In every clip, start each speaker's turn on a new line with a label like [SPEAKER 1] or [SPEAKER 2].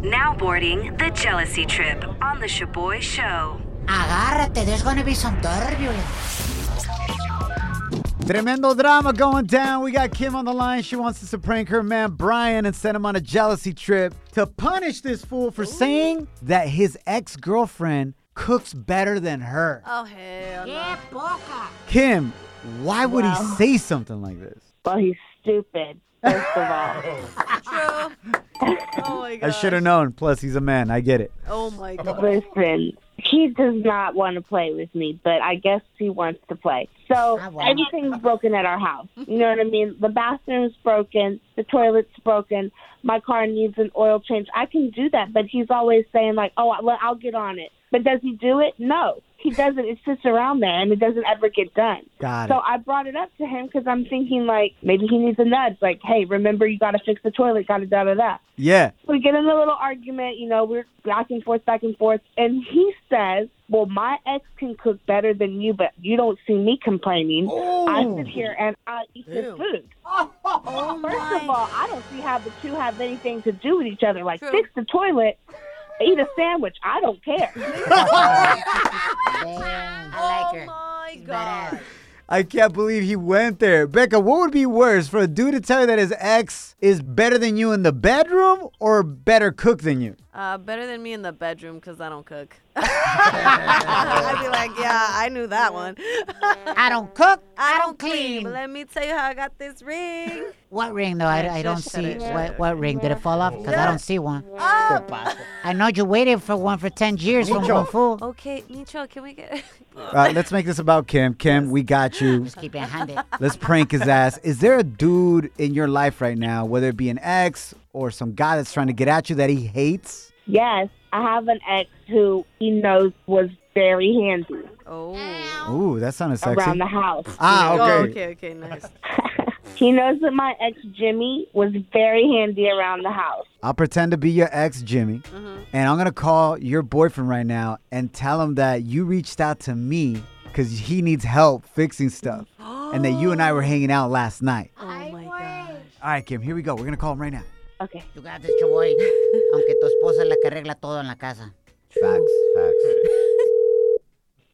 [SPEAKER 1] Now boarding the jealousy trip on the Shaboy Show.
[SPEAKER 2] Agárrate, there's gonna be some turbulence.
[SPEAKER 3] Tremendo drama going down. We got Kim on the line. She wants us to prank her man Brian and send him on a jealousy trip to punish this fool for saying that his ex girlfriend cooks better than her.
[SPEAKER 4] Oh, hell.
[SPEAKER 2] ¡Qué poca!
[SPEAKER 3] Kim, why would he say something like this?
[SPEAKER 5] Well, he's stupid, first of all.
[SPEAKER 4] True. Oh, my
[SPEAKER 3] I
[SPEAKER 4] God.
[SPEAKER 3] should have known. Plus, he's a man. I get it.
[SPEAKER 4] Oh, my God.
[SPEAKER 5] Listen, he does not want to play with me, but I guess he wants to play. So
[SPEAKER 2] Ah, well.
[SPEAKER 5] everything's broken at our house. You know what I mean? The bathroom's broken, the toilet's broken, my car needs an oil change. I can do that, but he's always saying like, "Oh, I'll I'll get on it." But does he do it? No, he doesn't. It sits around there and it doesn't ever get done.
[SPEAKER 3] Got
[SPEAKER 5] So
[SPEAKER 3] it.
[SPEAKER 5] I brought it up to him because I'm thinking like maybe he needs a nudge. Like, hey, remember you got to fix the toilet. Got to da da da.
[SPEAKER 3] Yeah.
[SPEAKER 5] we get in a little argument, you know, we're back and forth, back and forth, and he says, Well, my ex can cook better than you, but you don't see me complaining. I sit here and I eat your food. First of all, I don't see how the two have anything to do with each other. Like,
[SPEAKER 4] True.
[SPEAKER 5] fix the toilet, eat a sandwich. I don't care.
[SPEAKER 2] Damn, I like her.
[SPEAKER 4] Oh, my God.
[SPEAKER 3] I can't believe he went there. Becca, what would be worse for a dude to tell you that his ex is better than you in the bedroom or better cook than you?
[SPEAKER 4] Uh, better than me in the bedroom because I don't cook. I'd be like, yeah, I knew that one.
[SPEAKER 2] I don't cook, I don't clean.
[SPEAKER 4] But let me tell you how I got this ring.
[SPEAKER 2] What ring though? I, I don't
[SPEAKER 4] shut
[SPEAKER 2] see.
[SPEAKER 4] it, shut
[SPEAKER 2] What, what ring? Did it fall off? Because I don't see one.
[SPEAKER 4] Oh.
[SPEAKER 2] I know you waited for one for 10 years from Kung Fu.
[SPEAKER 4] Okay, Micho, can we get
[SPEAKER 3] All right, Uh, let's make this about Kim. Kim, we got you.
[SPEAKER 2] Keep it handy.
[SPEAKER 3] Let's prank his ass. Is there a dude in your life right now, whether it be an ex or some guy that's trying to get at you that he hates?
[SPEAKER 5] yes, I have an ex who he knows was very handy
[SPEAKER 4] Oh.
[SPEAKER 3] Ooh, that sounded sexy.
[SPEAKER 5] around the house.
[SPEAKER 3] ah,
[SPEAKER 4] Oh,
[SPEAKER 3] okay.
[SPEAKER 4] okay, okay, nice.
[SPEAKER 5] He knows that my ex Jimmy was very handy around the house.
[SPEAKER 3] I'll pretend to be your ex, Jimmy, and I'm gonna call your boyfriend right now and tell him that you reached out to me because he needs help fixing stuff, and that you and I were hanging out last night.
[SPEAKER 4] Oh, my God.
[SPEAKER 3] All right, Kim, here we go. We're gonna call him right now.
[SPEAKER 5] Okay.
[SPEAKER 2] You got this, Chaboy. Aunque tu esposa es la que arregla todo en la casa.
[SPEAKER 3] Facts, facts.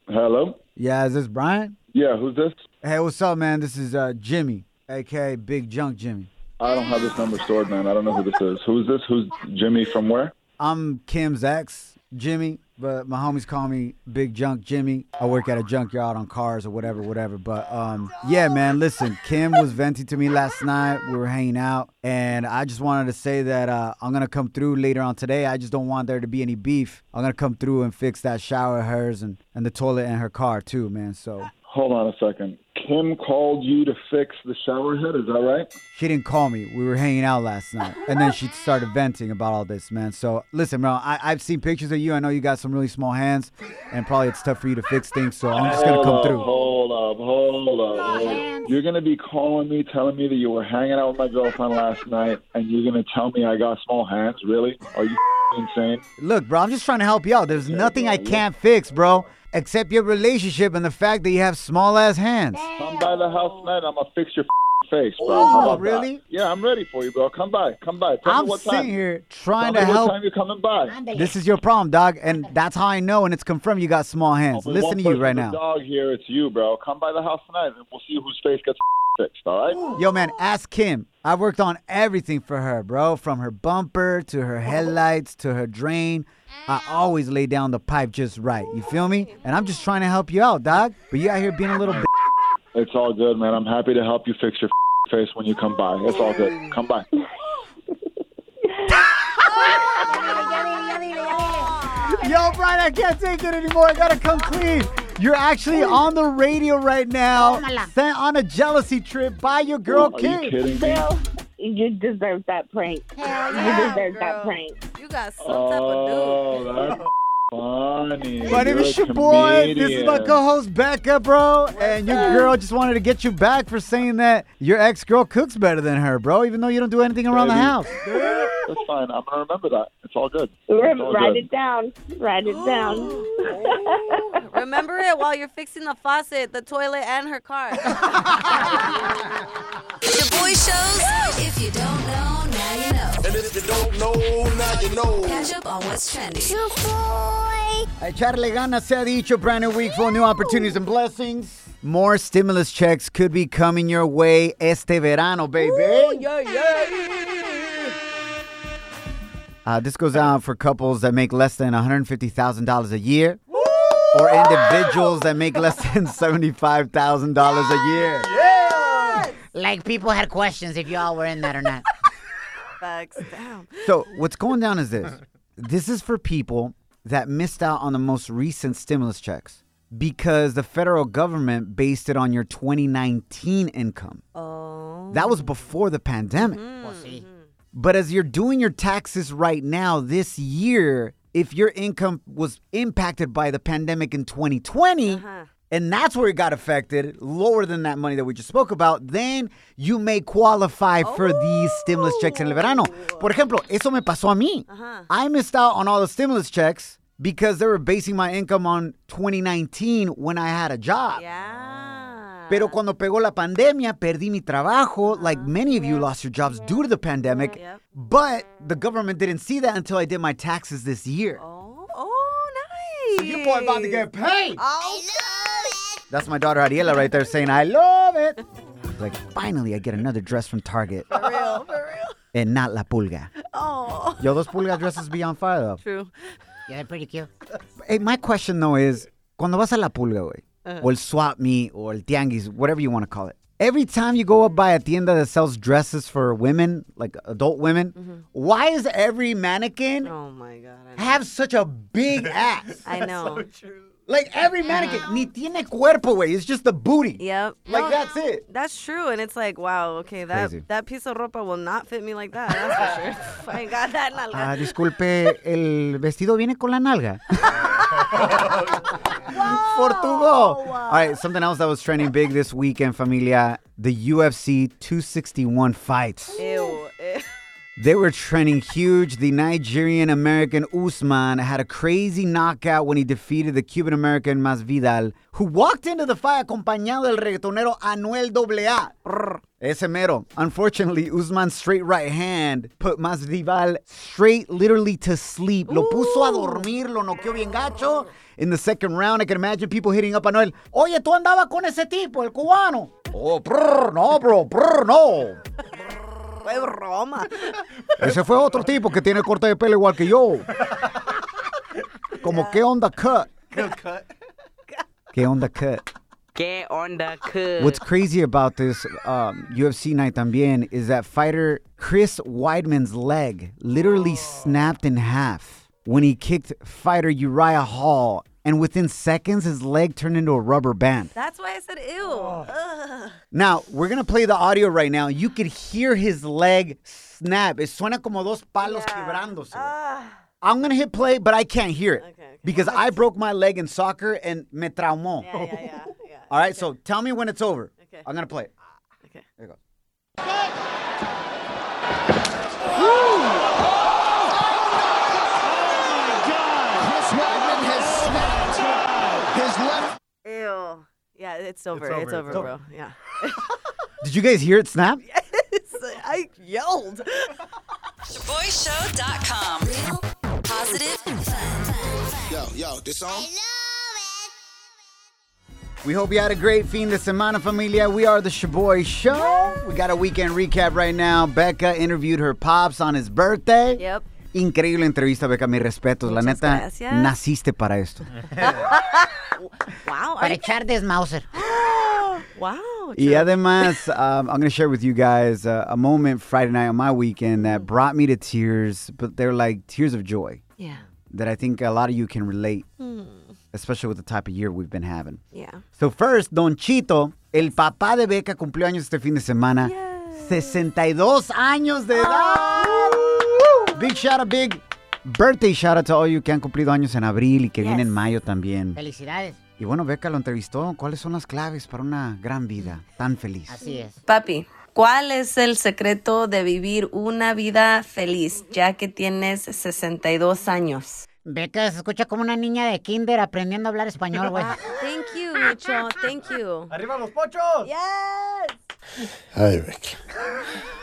[SPEAKER 6] Hello.
[SPEAKER 3] Yeah, is this Brian?
[SPEAKER 6] Yeah, who's this?
[SPEAKER 3] Hey, what's up, man? This is uh, Jimmy, aka Big Junk Jimmy.
[SPEAKER 6] I don't have this number stored, man. I don't know who this is. Who's this? Who's Jimmy from where?
[SPEAKER 3] I'm Kim's ex, Jimmy, but my homies call me Big Junk Jimmy. I work at a junkyard on cars or whatever, whatever. But um, yeah, man, listen, Kim was venting to me last night. We were hanging out, and I just wanted to say that uh, I'm gonna come through later on today. I just don't want there to be any beef. I'm gonna come through and fix that shower of hers and and the toilet in her car too, man. So
[SPEAKER 6] Hold on a second. Kim called you to fix the shower head. Is that right?
[SPEAKER 3] she didn't call me. We were hanging out last night, and then she started venting about all this, man. So listen, bro, I, I've seen pictures of you. I know you got some really small hands, and probably it's tough for you to fix things. So I'm just gonna
[SPEAKER 6] hold
[SPEAKER 3] come
[SPEAKER 6] up,
[SPEAKER 3] through.
[SPEAKER 6] Hold up. Hold up. hold up. You're gonna be calling me, telling me that you were hanging out with my girlfriend last night, and you're gonna tell me I got small hands. Really? Are you insane?
[SPEAKER 3] Look, bro, I'm just trying to help you out. There's nothing I can't fix, bro, except your relationship and the fact that you have small ass hands.
[SPEAKER 6] Come by the house, man. I'm gonna fix your face, bro. How about that?
[SPEAKER 3] really?
[SPEAKER 6] Yeah, I'm ready for you, bro. Come by. Come by. Tell
[SPEAKER 3] I'm
[SPEAKER 6] me what
[SPEAKER 3] sitting
[SPEAKER 6] time.
[SPEAKER 3] here
[SPEAKER 6] Tell
[SPEAKER 3] trying
[SPEAKER 6] me
[SPEAKER 3] to
[SPEAKER 6] what
[SPEAKER 3] help.
[SPEAKER 6] time you're coming by.
[SPEAKER 3] This is your problem, dog, and that's how I know, and it's confirmed you got small hands.
[SPEAKER 6] Only
[SPEAKER 3] Listen
[SPEAKER 6] one
[SPEAKER 3] to you
[SPEAKER 6] person
[SPEAKER 3] right
[SPEAKER 6] with
[SPEAKER 3] now.
[SPEAKER 6] Dog here, it's you, bro. Come by the house tonight, and we'll see whose face gets fixed. All right?
[SPEAKER 3] Yo, man, ask Kim. I worked on everything for her, bro. From her bumper to her headlights to her drain. I always lay down the pipe just right. You feel me? And I'm just trying to help you out, dog. But you out here being a little b-
[SPEAKER 6] It's all good, man. I'm happy to help you fix your face when you come by. It's all good. Come by.
[SPEAKER 3] Yo, Brian, I can't take it anymore. I gotta come clean. You're actually on the radio right now.
[SPEAKER 2] Tómala.
[SPEAKER 3] Sent on a jealousy trip by your girl,
[SPEAKER 6] Are you
[SPEAKER 3] Kim.
[SPEAKER 6] kidding me?
[SPEAKER 5] Bill, you deserve that prank.
[SPEAKER 2] Hell
[SPEAKER 5] you
[SPEAKER 4] yeah,
[SPEAKER 5] deserve that
[SPEAKER 4] girl.
[SPEAKER 5] prank.
[SPEAKER 4] You got some type of dude.
[SPEAKER 6] Oh, that's Oh, funny.
[SPEAKER 3] My name
[SPEAKER 6] You're
[SPEAKER 3] is
[SPEAKER 6] a
[SPEAKER 3] your boy. This is my
[SPEAKER 6] comedian.
[SPEAKER 3] co-host Becca, bro. and your girl just wanted to get you back for saying that your ex-girl cooks better than her, bro, even though you don't do anything around the
[SPEAKER 6] Baby.
[SPEAKER 3] house.
[SPEAKER 6] That's fine. I'm gonna remember that. It's all good. It's all
[SPEAKER 5] Rem- write
[SPEAKER 6] good.
[SPEAKER 5] it down. Write it down.
[SPEAKER 4] Remember it while you're fixing the faucet, the toilet, and her car.
[SPEAKER 7] Your boy shows. If you don't know, now you know.
[SPEAKER 8] And if you don't know, now you know.
[SPEAKER 7] Catch up on what's trending.
[SPEAKER 3] Echarle ganas se ha dicho. Brand new week full of new opportunities and blessings. More stimulus checks could be coming your way este verano, baby. Uh, this goes out for couples that make less than $150,000 a year or individuals that make less than $75,000 a year.
[SPEAKER 2] Like people had questions if y'all were in that or not.
[SPEAKER 4] Facts. Damn.
[SPEAKER 3] So what's going down is this. This is for people that missed out on the most recent stimulus checks because the federal government based it on your 2019 income.
[SPEAKER 4] Oh.
[SPEAKER 3] That was before the pandemic.
[SPEAKER 2] Well, see.
[SPEAKER 3] But as you're doing your taxes right now this year, if your income was impacted by the pandemic in 2020, and that's where it got affected, lower than that money that we just spoke about, then you may qualify for these stimulus checks en el verano. Por ejemplo, eso me pasó a mí. I missed out on all the stimulus checks because they were basing my income on 2019 when I had a job.
[SPEAKER 4] Yeah.
[SPEAKER 3] Pero cuando pegó la pandemia, perdí mi trabajo, like many of you lost your jobs due to the pandemic.
[SPEAKER 4] Ah, Yeah.
[SPEAKER 3] But the government didn't see that until I did my taxes this year.
[SPEAKER 4] Oh, oh, nice.
[SPEAKER 3] Your boy about to get paid.
[SPEAKER 4] Oh,
[SPEAKER 3] That's my daughter Ariela right there saying, I love it. Like, finally, I get another dress from Target
[SPEAKER 4] for real, for real.
[SPEAKER 3] and not La Pulga.
[SPEAKER 4] Oh.
[SPEAKER 3] Yo, those Pulga dresses be on fire, though.
[SPEAKER 4] True.
[SPEAKER 2] Yeah, they're pretty cute.
[SPEAKER 3] Hey, my question though is, cuando vas a la pulga, güey, or el swap meet, or el tianguis, whatever you want to call it, every time you go up by a tienda that sells dresses for women, like adult women, why is every mannequin
[SPEAKER 4] Oh my God. I know.
[SPEAKER 3] have such a big ass?
[SPEAKER 4] I know.
[SPEAKER 3] like every mannequin, ni tiene cuerpo, güey. It's just the booty.
[SPEAKER 4] Yep.
[SPEAKER 3] Like
[SPEAKER 4] No,
[SPEAKER 3] that's it.
[SPEAKER 4] That's true, and it's like, wow, okay, that
[SPEAKER 3] Crazy.
[SPEAKER 4] that piece of ropa will not fit me like that. That's for sure. I ain't got that nalga.
[SPEAKER 3] Ah, disculpe, el vestido viene con la nalga. Portugal. All right, something else that was trending big this weekend, familia, the UFC 261 fights.
[SPEAKER 4] Ew. Ew.
[SPEAKER 3] They were trending huge. The Nigerian American Usman had a crazy knockout when he defeated the Cuban American Masvidal, who walked into the fight acompañado del reggaetonero Anuel AA. Brr, Ese mero. Unfortunately, Usman's straight right hand put Masvidal straight literally to sleep. Lo puso a dormir, lo noqueó bien gacho. In the second round, I can imagine people hitting up Anuel. Oye, tú andabas con ese tipo, el cubano. Oh, brr, no, bro, brr, no.
[SPEAKER 4] Fue Roma.
[SPEAKER 3] Ese fue otro tipo que tiene corte de pelo igual que yo. Como qué onda cut. Qué onda cut.
[SPEAKER 9] Get on the cook.
[SPEAKER 3] What's crazy about this um, UFC night también is that fighter Chris Weidman's leg literally snapped in half when he kicked fighter Uriah Hall, and within seconds his leg turned into a rubber band.
[SPEAKER 4] That's why I said ew. Ugh.
[SPEAKER 3] Now we're gonna play the audio right now. You could hear his leg snap. It suena como dos palos quebrándose.
[SPEAKER 4] Ah,
[SPEAKER 3] I'm gonna hit play, but I can't hear it
[SPEAKER 4] okay.
[SPEAKER 3] because I broke my leg in soccer and me traumó.
[SPEAKER 4] Yeah, yeah, yeah, yeah.
[SPEAKER 3] All right, so tell me when it's over.
[SPEAKER 4] Okay.
[SPEAKER 3] I'm gonna play it.
[SPEAKER 4] Okay.
[SPEAKER 3] There you go.
[SPEAKER 4] Ew. Yeah, it's over. It's over, bro. Yeah.
[SPEAKER 3] Did you guys hear it snap?
[SPEAKER 4] I yelled.
[SPEAKER 7] Shaboyshow.com. Real, positive, fun.
[SPEAKER 8] Yo, yo, this song?
[SPEAKER 3] We hope you had a great fin de semana, familia. We are the Shaboy Show. We got a weekend recap right now. Becca interviewed her pops on his birthday.
[SPEAKER 4] Yep.
[SPEAKER 3] Increíble entrevista, Becca. Mis respetos. La
[SPEAKER 4] Muchas
[SPEAKER 3] neta,
[SPEAKER 4] gracias.
[SPEAKER 3] naciste para esto.
[SPEAKER 4] Wow.
[SPEAKER 2] Para
[SPEAKER 4] I-
[SPEAKER 2] echar desmauser.
[SPEAKER 4] wow.
[SPEAKER 3] Y además, um, I'm going to share with you guys uh, a moment Friday night on my weekend
[SPEAKER 4] Mm.
[SPEAKER 3] that brought me to tears, but they're like tears of joy
[SPEAKER 4] Yeah.
[SPEAKER 3] that I think a lot of you can relate,
[SPEAKER 4] Hmm.
[SPEAKER 3] especially with the type of year we've been having.
[SPEAKER 4] Yeah.
[SPEAKER 3] So first, Don Chito, el papá de Beca, cumplió años este fin de semana. 62 años de
[SPEAKER 4] Ah.
[SPEAKER 3] edad. Big shout out, big birthday shout out to all you que han cumplido años en abril y que vienen en mayo también.
[SPEAKER 2] Felicidades.
[SPEAKER 3] Y bueno, Beca lo entrevistó. ¿Cuáles son las claves para una gran vida tan feliz?
[SPEAKER 2] Así es.
[SPEAKER 4] Papi, ¿cuál es el secreto de vivir una vida feliz ya que tienes 62 años?
[SPEAKER 2] Beca se escucha como una niña de kinder aprendiendo a hablar español, güey.
[SPEAKER 4] Thank you, Lucho. Thank you.
[SPEAKER 3] ¡Arriba los pochos!
[SPEAKER 4] Yes.
[SPEAKER 10] Ay, Beca.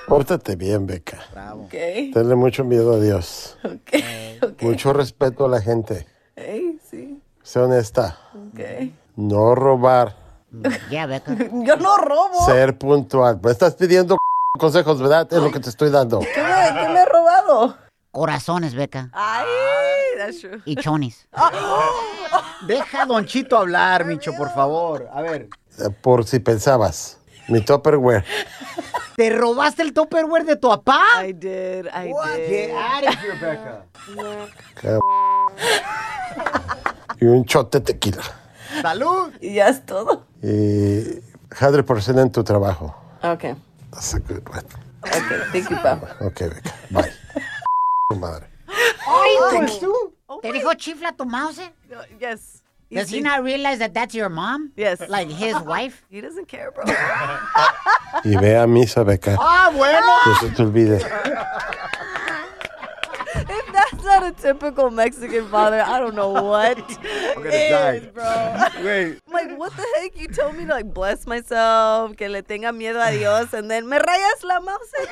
[SPEAKER 10] Pórtate bien, Beca.
[SPEAKER 3] Bravo.
[SPEAKER 4] Okay.
[SPEAKER 10] Tenle mucho miedo a Dios.
[SPEAKER 4] Okay. Okay.
[SPEAKER 10] Mucho respeto a la gente.
[SPEAKER 4] sí.
[SPEAKER 10] Sé honesta.
[SPEAKER 4] Okay.
[SPEAKER 10] No robar.
[SPEAKER 2] Ya, Beca.
[SPEAKER 4] Yo no robo.
[SPEAKER 10] Ser puntual. Me estás pidiendo consejos, ¿verdad? Es lo que te estoy dando.
[SPEAKER 4] ¿Qué me, qué me he robado?
[SPEAKER 2] Corazones, Beca.
[SPEAKER 4] Ay, that's true.
[SPEAKER 2] Y chones.
[SPEAKER 3] Deja a Don Chito hablar, Micho, por favor. A ver.
[SPEAKER 10] Eh, Por si pensabas. Mi Tupperware.
[SPEAKER 3] ¿Te robaste el Tupperware de tu papá?
[SPEAKER 4] I did. I
[SPEAKER 3] Get out of here, Becca.
[SPEAKER 10] Cab- y un shot de tequila.
[SPEAKER 3] ¡Salud!
[SPEAKER 4] did. Y ya es todo.
[SPEAKER 10] Y 100% en tu trabajo.
[SPEAKER 4] Okay.
[SPEAKER 10] That's a good one.
[SPEAKER 4] Okay. Thank you, Papa.
[SPEAKER 10] Ok, Beca. Bye. tu madre.
[SPEAKER 2] ¿Te dijo chifla tu mouse? eh."
[SPEAKER 4] Yes.
[SPEAKER 2] Does he not realize that that's your mom?
[SPEAKER 4] Yes.
[SPEAKER 2] Like his wife?
[SPEAKER 4] He doesn't care, bro.
[SPEAKER 10] Y ve a misa, Beca.
[SPEAKER 3] ¡Ah, bueno!
[SPEAKER 10] No se te olvide.
[SPEAKER 4] if that's not a typical Mexican father, I don't know what is,
[SPEAKER 3] die.
[SPEAKER 4] bro.
[SPEAKER 3] Wait.
[SPEAKER 4] Like, what the heck? You told me to, like, bless myself, que le tenga miedo a Dios, and then me rayas la mouse.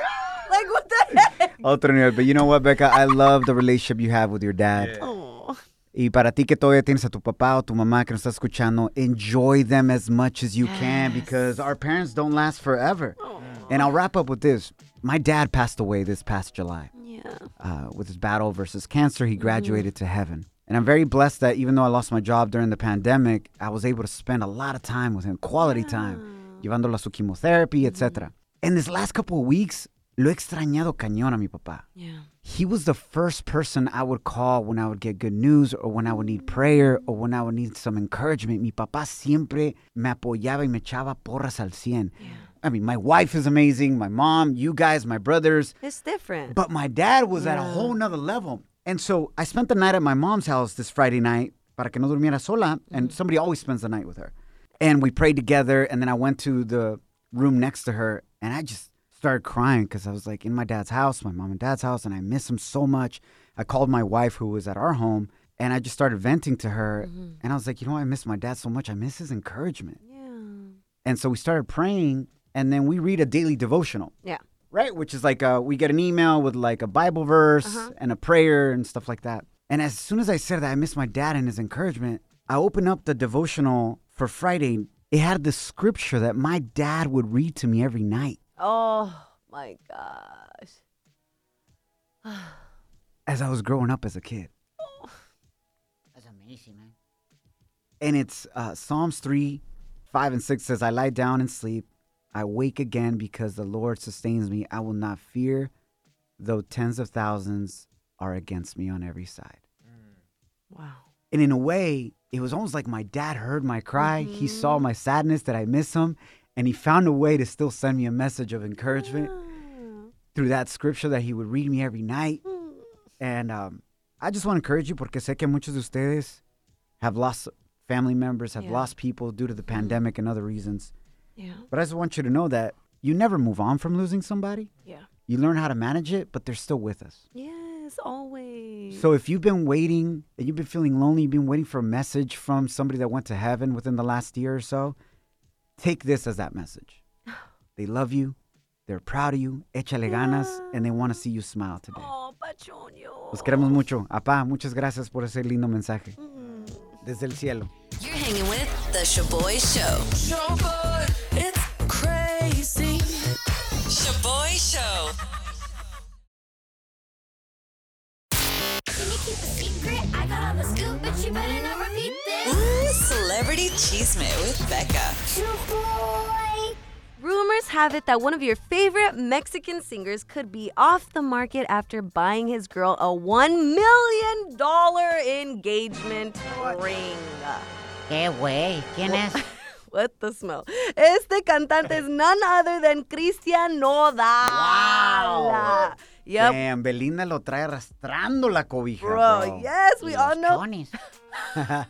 [SPEAKER 4] Like, what the heck?
[SPEAKER 3] Otro nivel. But you know what, Becca? I love the relationship you have with your dad.
[SPEAKER 4] Aw.
[SPEAKER 3] Y para ti que todavía tienes a tu papá o tu mamá que nos está escuchando, enjoy them as much as you can because our parents don't last forever. And I'll wrap up with this. My dad passed away this past July
[SPEAKER 4] Yeah.
[SPEAKER 3] uh, with his battle versus cancer. He graduated to heaven. And I'm very blessed that even though I lost my job during the pandemic, I was able to spend a lot of time with him, quality time, llevándolo a su chemotherapy, etc. In this last couple of weeks, lo he extrañado cañón a mi papá
[SPEAKER 4] Yeah.
[SPEAKER 3] he was the first person I would call when I would get good news or when I would need prayer or when I would need some encouragement. Mi papá siempre me apoyaba y me echaba porras al cien. I mean, my wife is amazing, my mom, you guys, my brothers,
[SPEAKER 4] It's different.
[SPEAKER 3] but my dad was at a whole nother level. And so I spent the night at my mom's house this Friday night para que no durmiera sola, and somebody always spends the night with her. And we prayed together, and then I went to the room next to her, and I just started crying because I was like in my dad's house, my mom and dad's house, and I miss him so much. I called my wife, who was at our home, and I just started venting to her, and I was like, you know, I miss my dad so much. I miss his encouragement. And so we started praying, and then we read a daily devotional.
[SPEAKER 4] Yeah.
[SPEAKER 3] Right, which is like uh we get an email with like a Bible verse and a prayer and stuff like that. And as soon as I said that I miss my dad and his encouragement, I opened up the devotional for Friday. It had the scripture that my dad would read to me every night.
[SPEAKER 4] Oh, my gosh.
[SPEAKER 3] as I was growing up as a kid.
[SPEAKER 2] That's amazing, man.
[SPEAKER 3] And it's uh, Psalms 3, 5, and 6 says, I lie down and sleep. I wake again because the Lord sustains me. I will not fear, though tens of thousands are against me on every side.
[SPEAKER 4] Wow.
[SPEAKER 3] And in a way, it was almost like my dad heard my cry. He saw my sadness that I miss him, and he found a way to still send me a message of encouragement through that scripture that he would read me every night. And um, I just want to encourage you porque sé que muchos de ustedes have lost family members, have
[SPEAKER 4] Yeah. Mm.
[SPEAKER 3] lost people due to the pandemic and other reasons.
[SPEAKER 4] Yeah.
[SPEAKER 3] But I just want you to know that you never move on from losing somebody.
[SPEAKER 4] Yeah.
[SPEAKER 3] You learn how to manage it, but they're still with us.
[SPEAKER 4] Yes, always.
[SPEAKER 3] So if you've been waiting and you've been feeling lonely, you've been waiting for a message from somebody that went to heaven within the last year or so, take this as that message. They love you, they're proud of you, échale ganas, and they want to see you smile today.
[SPEAKER 4] Oh, Pachuño.
[SPEAKER 3] Los queremos mucho. Apá, muchas gracias por ese lindo mensaje.
[SPEAKER 4] Mm.
[SPEAKER 3] Desde el cielo.
[SPEAKER 7] You're hanging with The Shaboy Show. Shaboy, it's crazy. Shaboy Show. Ooh, Celebrity Cheesemate with Becca.
[SPEAKER 4] Rumors have it that one of your favorite Mexican singers could be off the market after buying his girl a $1 million engagement ring.
[SPEAKER 2] ¿Qué, güey? ¿Quién es?
[SPEAKER 4] What the smell? Este cantante es none other than Cristian Nodal. Yep.
[SPEAKER 3] Damn, Belinda lo trae arrastrando la cobija.
[SPEAKER 4] Bro,
[SPEAKER 3] bro.
[SPEAKER 4] yes, we
[SPEAKER 2] oh,
[SPEAKER 4] all know.
[SPEAKER 2] Chones.
[SPEAKER 4] We all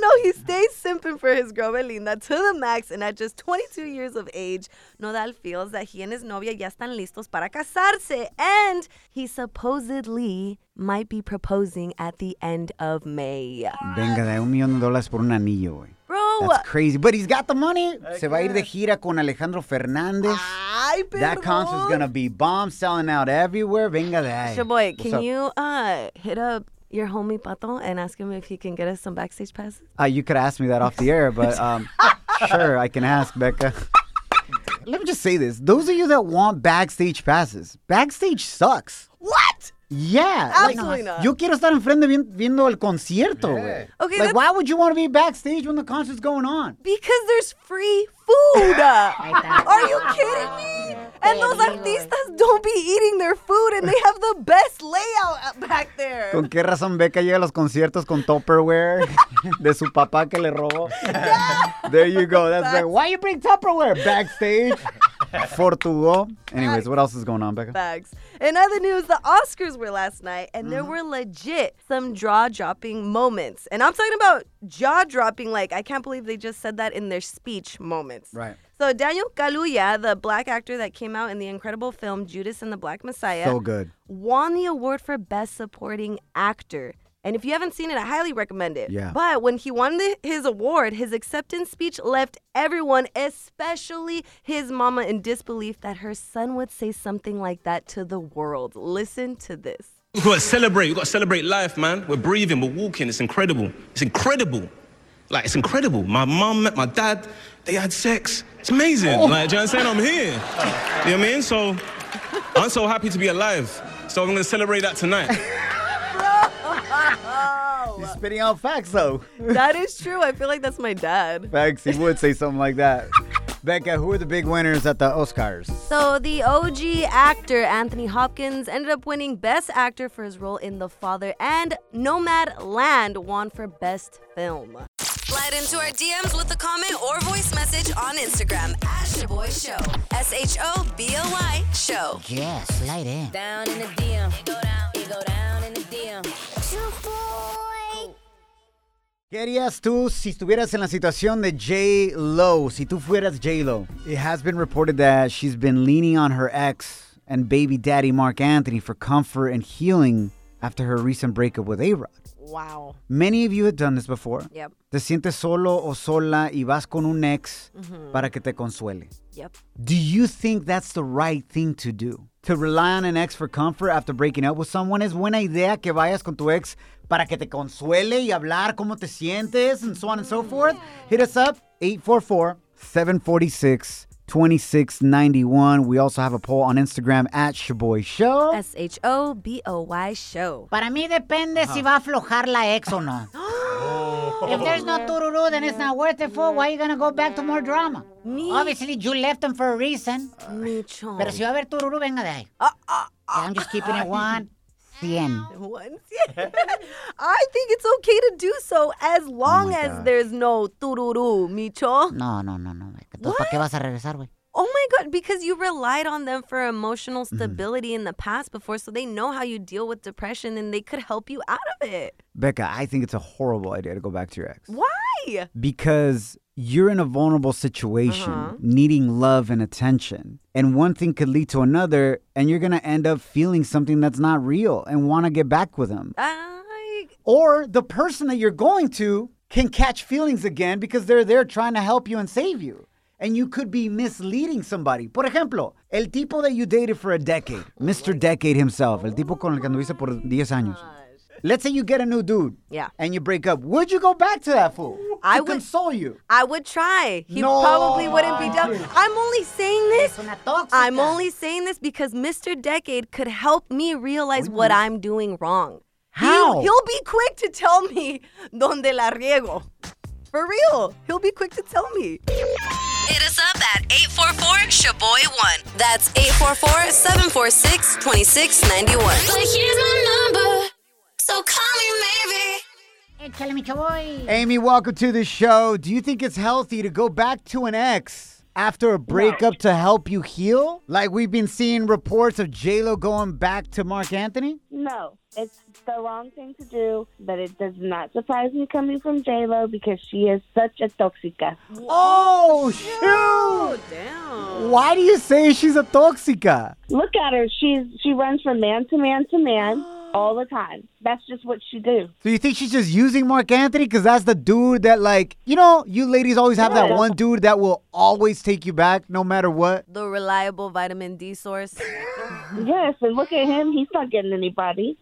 [SPEAKER 4] know he stays simping for his girl Belinda to the max, and at just 22 years of age, Nodal feels that he and his novia ya están listos para casarse, and he supposedly might be proposing at the end of May.
[SPEAKER 3] Venga, de un millón de dólares por un anillo, güey.
[SPEAKER 4] Bro,
[SPEAKER 3] That's crazy, but he's got the money. Se va a ir de gira con Alejandro Fernández.
[SPEAKER 4] ay, perdón.
[SPEAKER 3] That concert's gonna be bomb, selling out everywhere. Venga de ahí.
[SPEAKER 4] Sure, boy,
[SPEAKER 3] What's
[SPEAKER 4] can
[SPEAKER 3] up?
[SPEAKER 4] you uh, hit up your homie Pato and ask him if he can get us some backstage passes?
[SPEAKER 3] Uh, you could ask me that off the air, but um, sure, I can ask Becca. Let me just say this: those of you that want backstage passes, backstage sucks.
[SPEAKER 4] What?
[SPEAKER 3] Yeah,
[SPEAKER 4] Absolutely not.
[SPEAKER 3] Yo quiero estar enfrente vi- viendo el concierto. güey. like
[SPEAKER 4] Okay, that's-
[SPEAKER 3] why would you want to be backstage when the concert's going on?
[SPEAKER 4] Because there's free food.
[SPEAKER 2] está.
[SPEAKER 4] Are you kidding me? And those artistas don't be eating their food and they have the best layout out back there.
[SPEAKER 3] ¿Con qué razón Becca llega a los conciertos con Tupperware de su papá que le robó? There you go. That's like, why you bring Tupperware backstage? Fortugo. Anyways, what else is going on, Becca?
[SPEAKER 4] Bags. In other news, the Oscars were last night and
[SPEAKER 3] Mm-hmm.
[SPEAKER 4] there were legit some jaw dropping moments. And I'm talking about jaw dropping, like, I can't believe they just said that in their speech moments.
[SPEAKER 3] Right.
[SPEAKER 4] So, Daniel Kaluuya, the black actor that came out in the incredible film Judas and the Black Messiah,
[SPEAKER 3] So good.
[SPEAKER 4] won the award for Best Supporting Actor. And if you haven't seen it, I highly recommend it.
[SPEAKER 3] Yeah.
[SPEAKER 4] But when he won the, his award, his acceptance speech left everyone, especially his mama, in disbelief that her son would say something like that to the world. Listen to this.
[SPEAKER 11] We've got to celebrate. We've got to celebrate life, man. We're breathing, we're walking. It's incredible. It's incredible. Like, it's incredible. My mum met my dad. They had sex. It's amazing. Like, do you know what I'm saying? I'm here. You know what I mean? So, I'm so happy to be alive. So, I'm going to celebrate that tonight.
[SPEAKER 3] He's spitting out facts, though.
[SPEAKER 4] that is true. I feel like that's my dad.
[SPEAKER 3] Facts. He would say something like that. Becca, who are the big winners at the Oscars?
[SPEAKER 4] So, the OG actor Anthony Hopkins ended up winning Best Actor for his role in The Father, and Nomad Land won for Best Film.
[SPEAKER 7] Slide into our DMs with a comment or voice message on Instagram at Shaboy Show. S H O B O Y Show.
[SPEAKER 2] Yeah, slide in.
[SPEAKER 7] Down in the DM. It go down. It go down in the DM. Shaboy.
[SPEAKER 3] ¿Qué harías tú si estuvieras en la situación de J. Lo? Si tú fueras J. Lo. It has been reported that she's been leaning on her ex and baby daddy Mark Anthony for comfort and healing after her recent breakup with A Rod.
[SPEAKER 4] Wow.
[SPEAKER 3] Many of you have done this before.
[SPEAKER 4] Yep.
[SPEAKER 3] Te sientes solo o sola y vas con un ex
[SPEAKER 4] Mm-hmm.
[SPEAKER 3] para que te consuele.
[SPEAKER 4] Yep.
[SPEAKER 3] Do you think that's the right thing to do? To rely on an ex for comfort after breaking up with someone es buena idea que vayas con tu ex para que te consuele y hablar cómo te sientes and so on and so forth. Hit us up 844-746-2691. We also have a poll on Instagram at Shaboy Show.
[SPEAKER 4] S H O B O Y show.
[SPEAKER 2] Para mí depende si va a aflojar la ex o no. If there's no tururu, then it's not worth it for. Why you gonna go back to more drama?
[SPEAKER 4] Me-
[SPEAKER 2] Obviously, you left them for a reason.
[SPEAKER 4] Mucho.
[SPEAKER 2] Pero si va a haber tururu, venga de ahí. I'm just keeping it one. Cien.
[SPEAKER 4] Once, yeah. I think it's okay to do so as long as there's no tururu, Micho.
[SPEAKER 2] No, no, no, no. güey. Entonces, ¿para qué vas a regresar, güey?
[SPEAKER 4] Oh my God, because you relied on them for emotional stability in the past before, so they know how you deal with depression and they could help you out of it.
[SPEAKER 3] Becca, I think it's a horrible idea to go back to your ex.
[SPEAKER 4] Why?
[SPEAKER 3] because you're in a vulnerable situation
[SPEAKER 4] Uh-huh.
[SPEAKER 3] needing love and attention and one thing could lead to another and you're going to end up feeling something that's not real and want to get back with them
[SPEAKER 4] I.
[SPEAKER 3] or the person that you're going to can catch feelings again because they're there trying to help you and save you and you could be misleading somebody. Por ejemplo, el tipo that you dated for a decade, Mr. Decade himself, el tipo con el que anduviste por 10 años. Let's say you get a new dude
[SPEAKER 4] Oh Yeah.
[SPEAKER 3] and you break up. Would you go back to that fool?
[SPEAKER 4] I
[SPEAKER 3] to
[SPEAKER 4] would-
[SPEAKER 3] console you.
[SPEAKER 4] I would try. He
[SPEAKER 3] No.
[SPEAKER 4] probably wouldn't be down. I'm only saying this.
[SPEAKER 2] una tóxica.
[SPEAKER 4] I'm only saying this because Mr. Decade could help me realize what I'm doing wrong. He-
[SPEAKER 3] How?
[SPEAKER 4] He'll be quick to tell me donde la riego. For real. He'll be quick to tell me.
[SPEAKER 7] Hit us up at 844 Shaboy1. That's 844 746 2691. But here's my number. So call me maybe.
[SPEAKER 2] Échale, mi chavoy.
[SPEAKER 3] Amy, welcome to the show. Do you think it's healthy to go back to an ex after a breakup to help you heal? Like we've been seeing reports of J-Lo going back to Mark Anthony?
[SPEAKER 5] No, it's the wrong thing to do, but it does not surprise me coming from J-Lo because she is such a toxica.
[SPEAKER 3] Oh, shoot!
[SPEAKER 4] Damn.
[SPEAKER 3] Why do you say she's a toxica?
[SPEAKER 5] Look at her. She's She runs from man to man to man all the time. That's just what she do.
[SPEAKER 3] So you think she's just using Mark Anthony? Because that's the dude that like, you know, you ladies always have that
[SPEAKER 5] Yeah.
[SPEAKER 3] one dude that will always take you back no matter what.
[SPEAKER 4] The reliable vitamin D source.
[SPEAKER 5] Yes, and look at him. He's not getting anybody.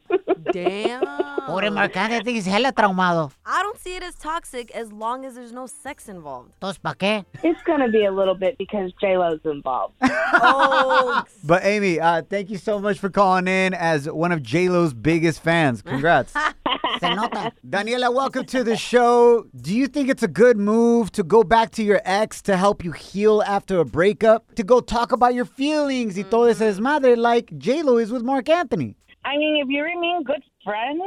[SPEAKER 4] Damn.
[SPEAKER 2] Pobre Marc Anthony, es hella traumado.
[SPEAKER 4] I don't see it as toxic as long as there's no sex involved.
[SPEAKER 2] Entonces, ¿para qué?
[SPEAKER 5] It's going to be a little bit because J-Lo's involved.
[SPEAKER 4] Oh,
[SPEAKER 3] But Amy, uh, thank you so much for calling in as one of J-Lo's biggest fans. Congrats.
[SPEAKER 2] Se nota.
[SPEAKER 3] Daniela, welcome to the show. Do you think it's a good move to go back to your ex to help you heal after a breakup? To go talk about your feelings y todo ese desmadre like J-Lo is with Mark Anthony?
[SPEAKER 12] I mean, if you remain good friends,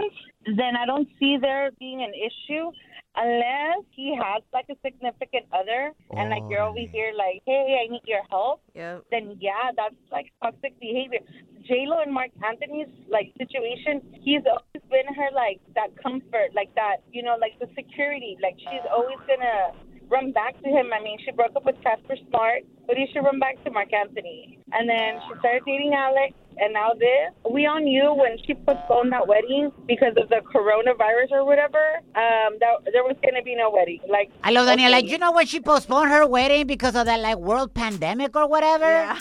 [SPEAKER 12] then I don't see there being an issue unless he has like a significant other and like you're over here like, hey, I need your help.
[SPEAKER 4] yeah.
[SPEAKER 12] Then yeah, that's like toxic behavior. J Lo and Mark Anthony's like situation, he's always been her like that comfort, like that you know, like the security. Like she's always gonna run back to him. I mean, she broke up with Casper Smart, but he should run back to Mark Anthony. And then she started dating Alex, and now this. We all knew when she postponed that wedding because of the coronavirus or whatever, um, that there was gonna be no wedding. Like
[SPEAKER 2] I love Daniela.
[SPEAKER 12] okay.
[SPEAKER 2] You know when she postponed her wedding because of that like world pandemic or whatever?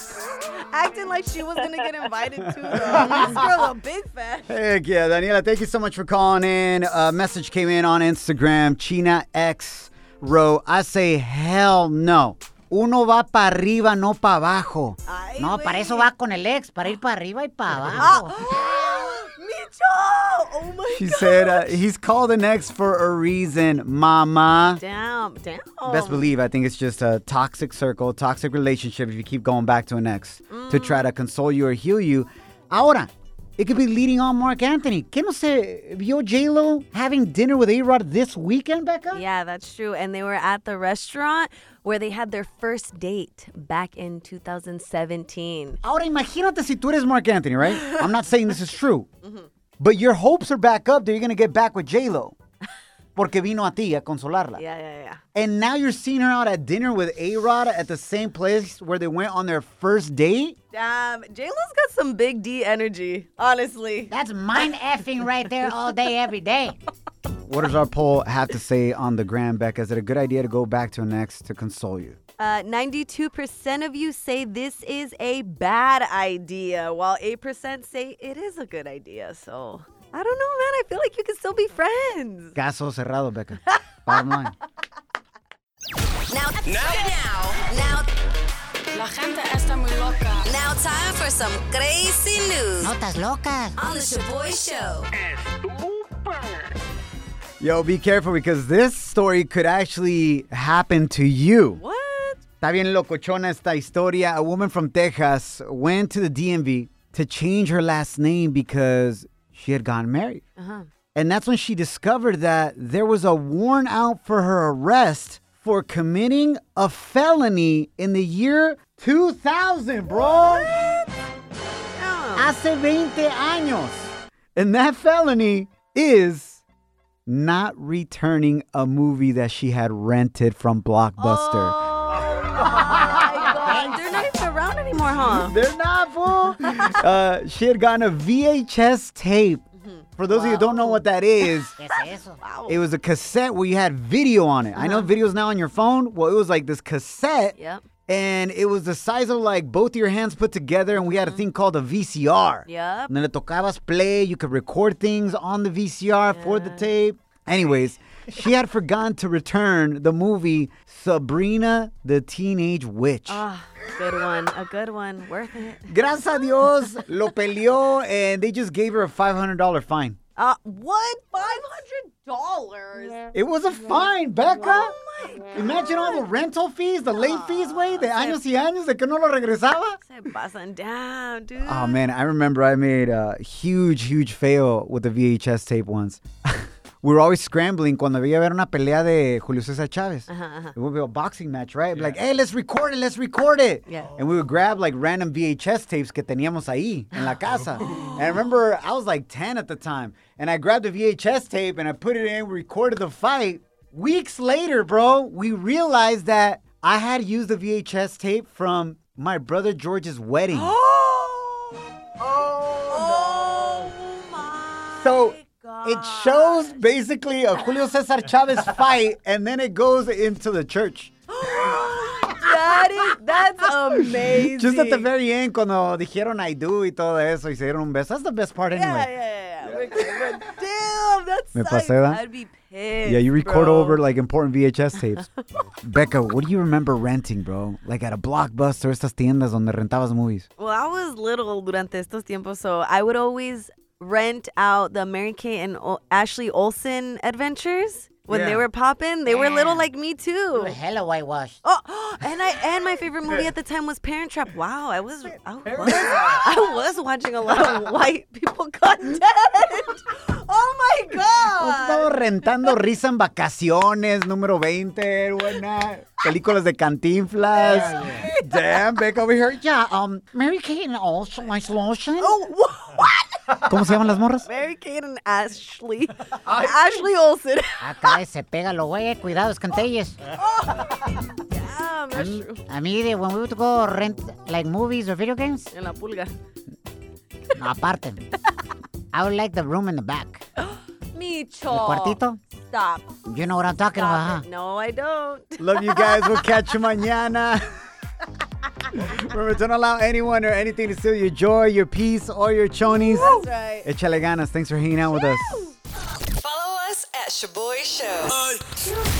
[SPEAKER 4] Acting like she was gonna get invited too. Though. This girl's a big fan.
[SPEAKER 3] Heck yeah, Daniela, thank you so much for calling in. A message came in on Instagram, China X Row. I say, hell no. Uno va para arriba, no para abajo.
[SPEAKER 2] No, para eso va con el ex, para ir para arriba y para abajo.
[SPEAKER 4] Micho! Oh my
[SPEAKER 3] She
[SPEAKER 4] god.
[SPEAKER 3] said, uh, he's called an ex for a reason, mama.
[SPEAKER 4] Damn, damn.
[SPEAKER 3] Best believe, I think it's just a toxic circle, toxic relationship if you keep going back to an ex to try to console you or heal you. Ahora, it could be leading on Mark Anthony. ¿Qué no sé, vio J-Lo having dinner with A-Rod this weekend, Becca?
[SPEAKER 4] Yeah, that's true. And they were at the restaurant where they had their first date back in 2017.
[SPEAKER 3] Ahora imagínate si tú eres Mark Anthony, right? I'm not saying this is true,
[SPEAKER 4] Mm-hmm.
[SPEAKER 3] but your hopes are back up that you're gonna get back with J Lo, porque vino a ti a consolarla.
[SPEAKER 4] Yeah, yeah, yeah.
[SPEAKER 3] And now you're seeing her out at dinner with A Rod at the same place where they went on their first date.
[SPEAKER 4] Damn, J-Lo's got some big D energy, honestly.
[SPEAKER 2] That's mind effing right there all day, every day.
[SPEAKER 3] What does our poll have to say on the gram, Becca? Is it a good idea to go back to an ex to console you?
[SPEAKER 4] Uh, 92% of you say this is a bad idea, while 8% say it is a good idea. So, I don't know, man. I feel like you can still be friends.
[SPEAKER 3] Caso cerrado, Becca. Bottom line.
[SPEAKER 7] Now, now, now, now. La gente está muy loca. Now, time for some crazy news
[SPEAKER 2] Notas locas.
[SPEAKER 7] on the Shaboy Show.
[SPEAKER 3] Yo, be careful because this story could actually happen to you.
[SPEAKER 4] What?
[SPEAKER 3] Está bien locochona esta historia. A woman from Texas went to the DMV to change her last name because she had gotten married.
[SPEAKER 4] Uh-huh.
[SPEAKER 3] And that's when she discovered that there was a warrant out for her arrest for committing a felony in the year 2000, bro.
[SPEAKER 4] Oh,
[SPEAKER 3] Hace 20 años. And that felony is not returning a movie that she had rented from Blockbuster.
[SPEAKER 4] My God. They're not even around anymore, huh?
[SPEAKER 3] They're not fool. uh, she had gotten a VHS tape. For those of you who don't know what that is,
[SPEAKER 2] ¿Qué es eso?
[SPEAKER 3] it was a cassette where you had video on it. I know video's now on your phone. Well, it was like this cassette,
[SPEAKER 4] Yep.
[SPEAKER 3] and it was the size of like both your hands put together, and we had a thing called a VCR.
[SPEAKER 4] Yep.
[SPEAKER 3] And then le tocabas play. You could record things on the VCR for the tape. Anyways, she had forgotten to return the movie Sabrina the Teenage Witch.
[SPEAKER 4] Ah, good one. A good one. Worth it.
[SPEAKER 3] Gracias a Dios, lo peleó, and they just gave her a $500 fine.
[SPEAKER 4] Uh, what? Five hundred dollars?
[SPEAKER 3] It was a fine, Becca. Imagine all the rental fees, the late fees, way, de años y años de que no lo regresaba.
[SPEAKER 4] Se pasan down, dude.
[SPEAKER 3] Oh, man, I remember I made a huge, huge fail with the VHS tape once. we were always scrambling cuando había ver una pelea de Julio César Chávez.
[SPEAKER 4] Ajá, ajá.
[SPEAKER 3] It would be a boxing match, right? Like, hey, let's record it, let's record it.
[SPEAKER 4] Yeah.
[SPEAKER 3] And we would grab like random VHS tapes que teníamos ahí en la casa.
[SPEAKER 4] Oh.
[SPEAKER 3] and I remember I was like 10 at the time. And I grabbed the VHS tape and I put it in, recorded the fight. Weeks later, bro, we realized that I had used the VHS tape from my brother George's wedding.
[SPEAKER 4] Oh,
[SPEAKER 3] Oh, So it shows basically a Julio Cesar Chavez fight, and then it goes into the church.
[SPEAKER 4] That is, that's amazing.
[SPEAKER 3] Just at the very end, cuando dijeron I do y todo eso, y se dieron un beso. That's the best part anyway.
[SPEAKER 4] Yeah, yeah, yeah. We're good. But damn, that's
[SPEAKER 3] Me pasé, ¿verdad?
[SPEAKER 4] I'd be pissed.
[SPEAKER 3] Yeah, you record
[SPEAKER 4] bro.
[SPEAKER 3] over like important VHS tapes. Becca, what do you remember renting, bro? Like at a blockbuster, estas tiendas donde rentabas movies.
[SPEAKER 4] Well, I was little durante estos tiempos, so I would always rent out the Mary Kay and o- Ashley Olsen adventures when they
[SPEAKER 2] Yeah.
[SPEAKER 4] were popping. They were little
[SPEAKER 2] Yeah.
[SPEAKER 4] like me too.
[SPEAKER 2] Hella whitewashed.
[SPEAKER 4] Oh, and I and my favorite movie at the time was Parent Trap. Wow, I was I was, I was watching a lot of white people content. Oh my
[SPEAKER 3] Estaba
[SPEAKER 4] god!
[SPEAKER 3] rentando Risa en Vacaciones, número 20, buena. Películas de Cantinflas. Damn, Becca over here. Yeah, um,
[SPEAKER 2] Ah, Mary Kay and also nice lotion.
[SPEAKER 4] Oh,
[SPEAKER 3] ¿Cómo se llaman las morras?
[SPEAKER 4] Mary Kate and Ashley, Ashley Olsen.
[SPEAKER 2] Acá Ah, se pega lo güey, cuidado, es cantillas.
[SPEAKER 4] Damn,
[SPEAKER 2] A
[SPEAKER 4] that's
[SPEAKER 2] mí,
[SPEAKER 4] true.
[SPEAKER 2] a mí de when we would go rent like movies or video games,
[SPEAKER 4] En la pulga.
[SPEAKER 2] aparte. I would like the room in the back.
[SPEAKER 4] Micho.
[SPEAKER 2] El cuartito.
[SPEAKER 4] Stop.
[SPEAKER 2] You know what I'm talking
[SPEAKER 4] Stop
[SPEAKER 2] about, huh?
[SPEAKER 4] it. No, I don't.
[SPEAKER 3] Love you guys. We'll catch you mañana. Remember, don't allow anyone or anything to steal your joy, your peace, or your chonies.
[SPEAKER 7] That's right.
[SPEAKER 3] Échale ganas. Thanks for hanging out with us.
[SPEAKER 7] Follow us at Shaboy Show.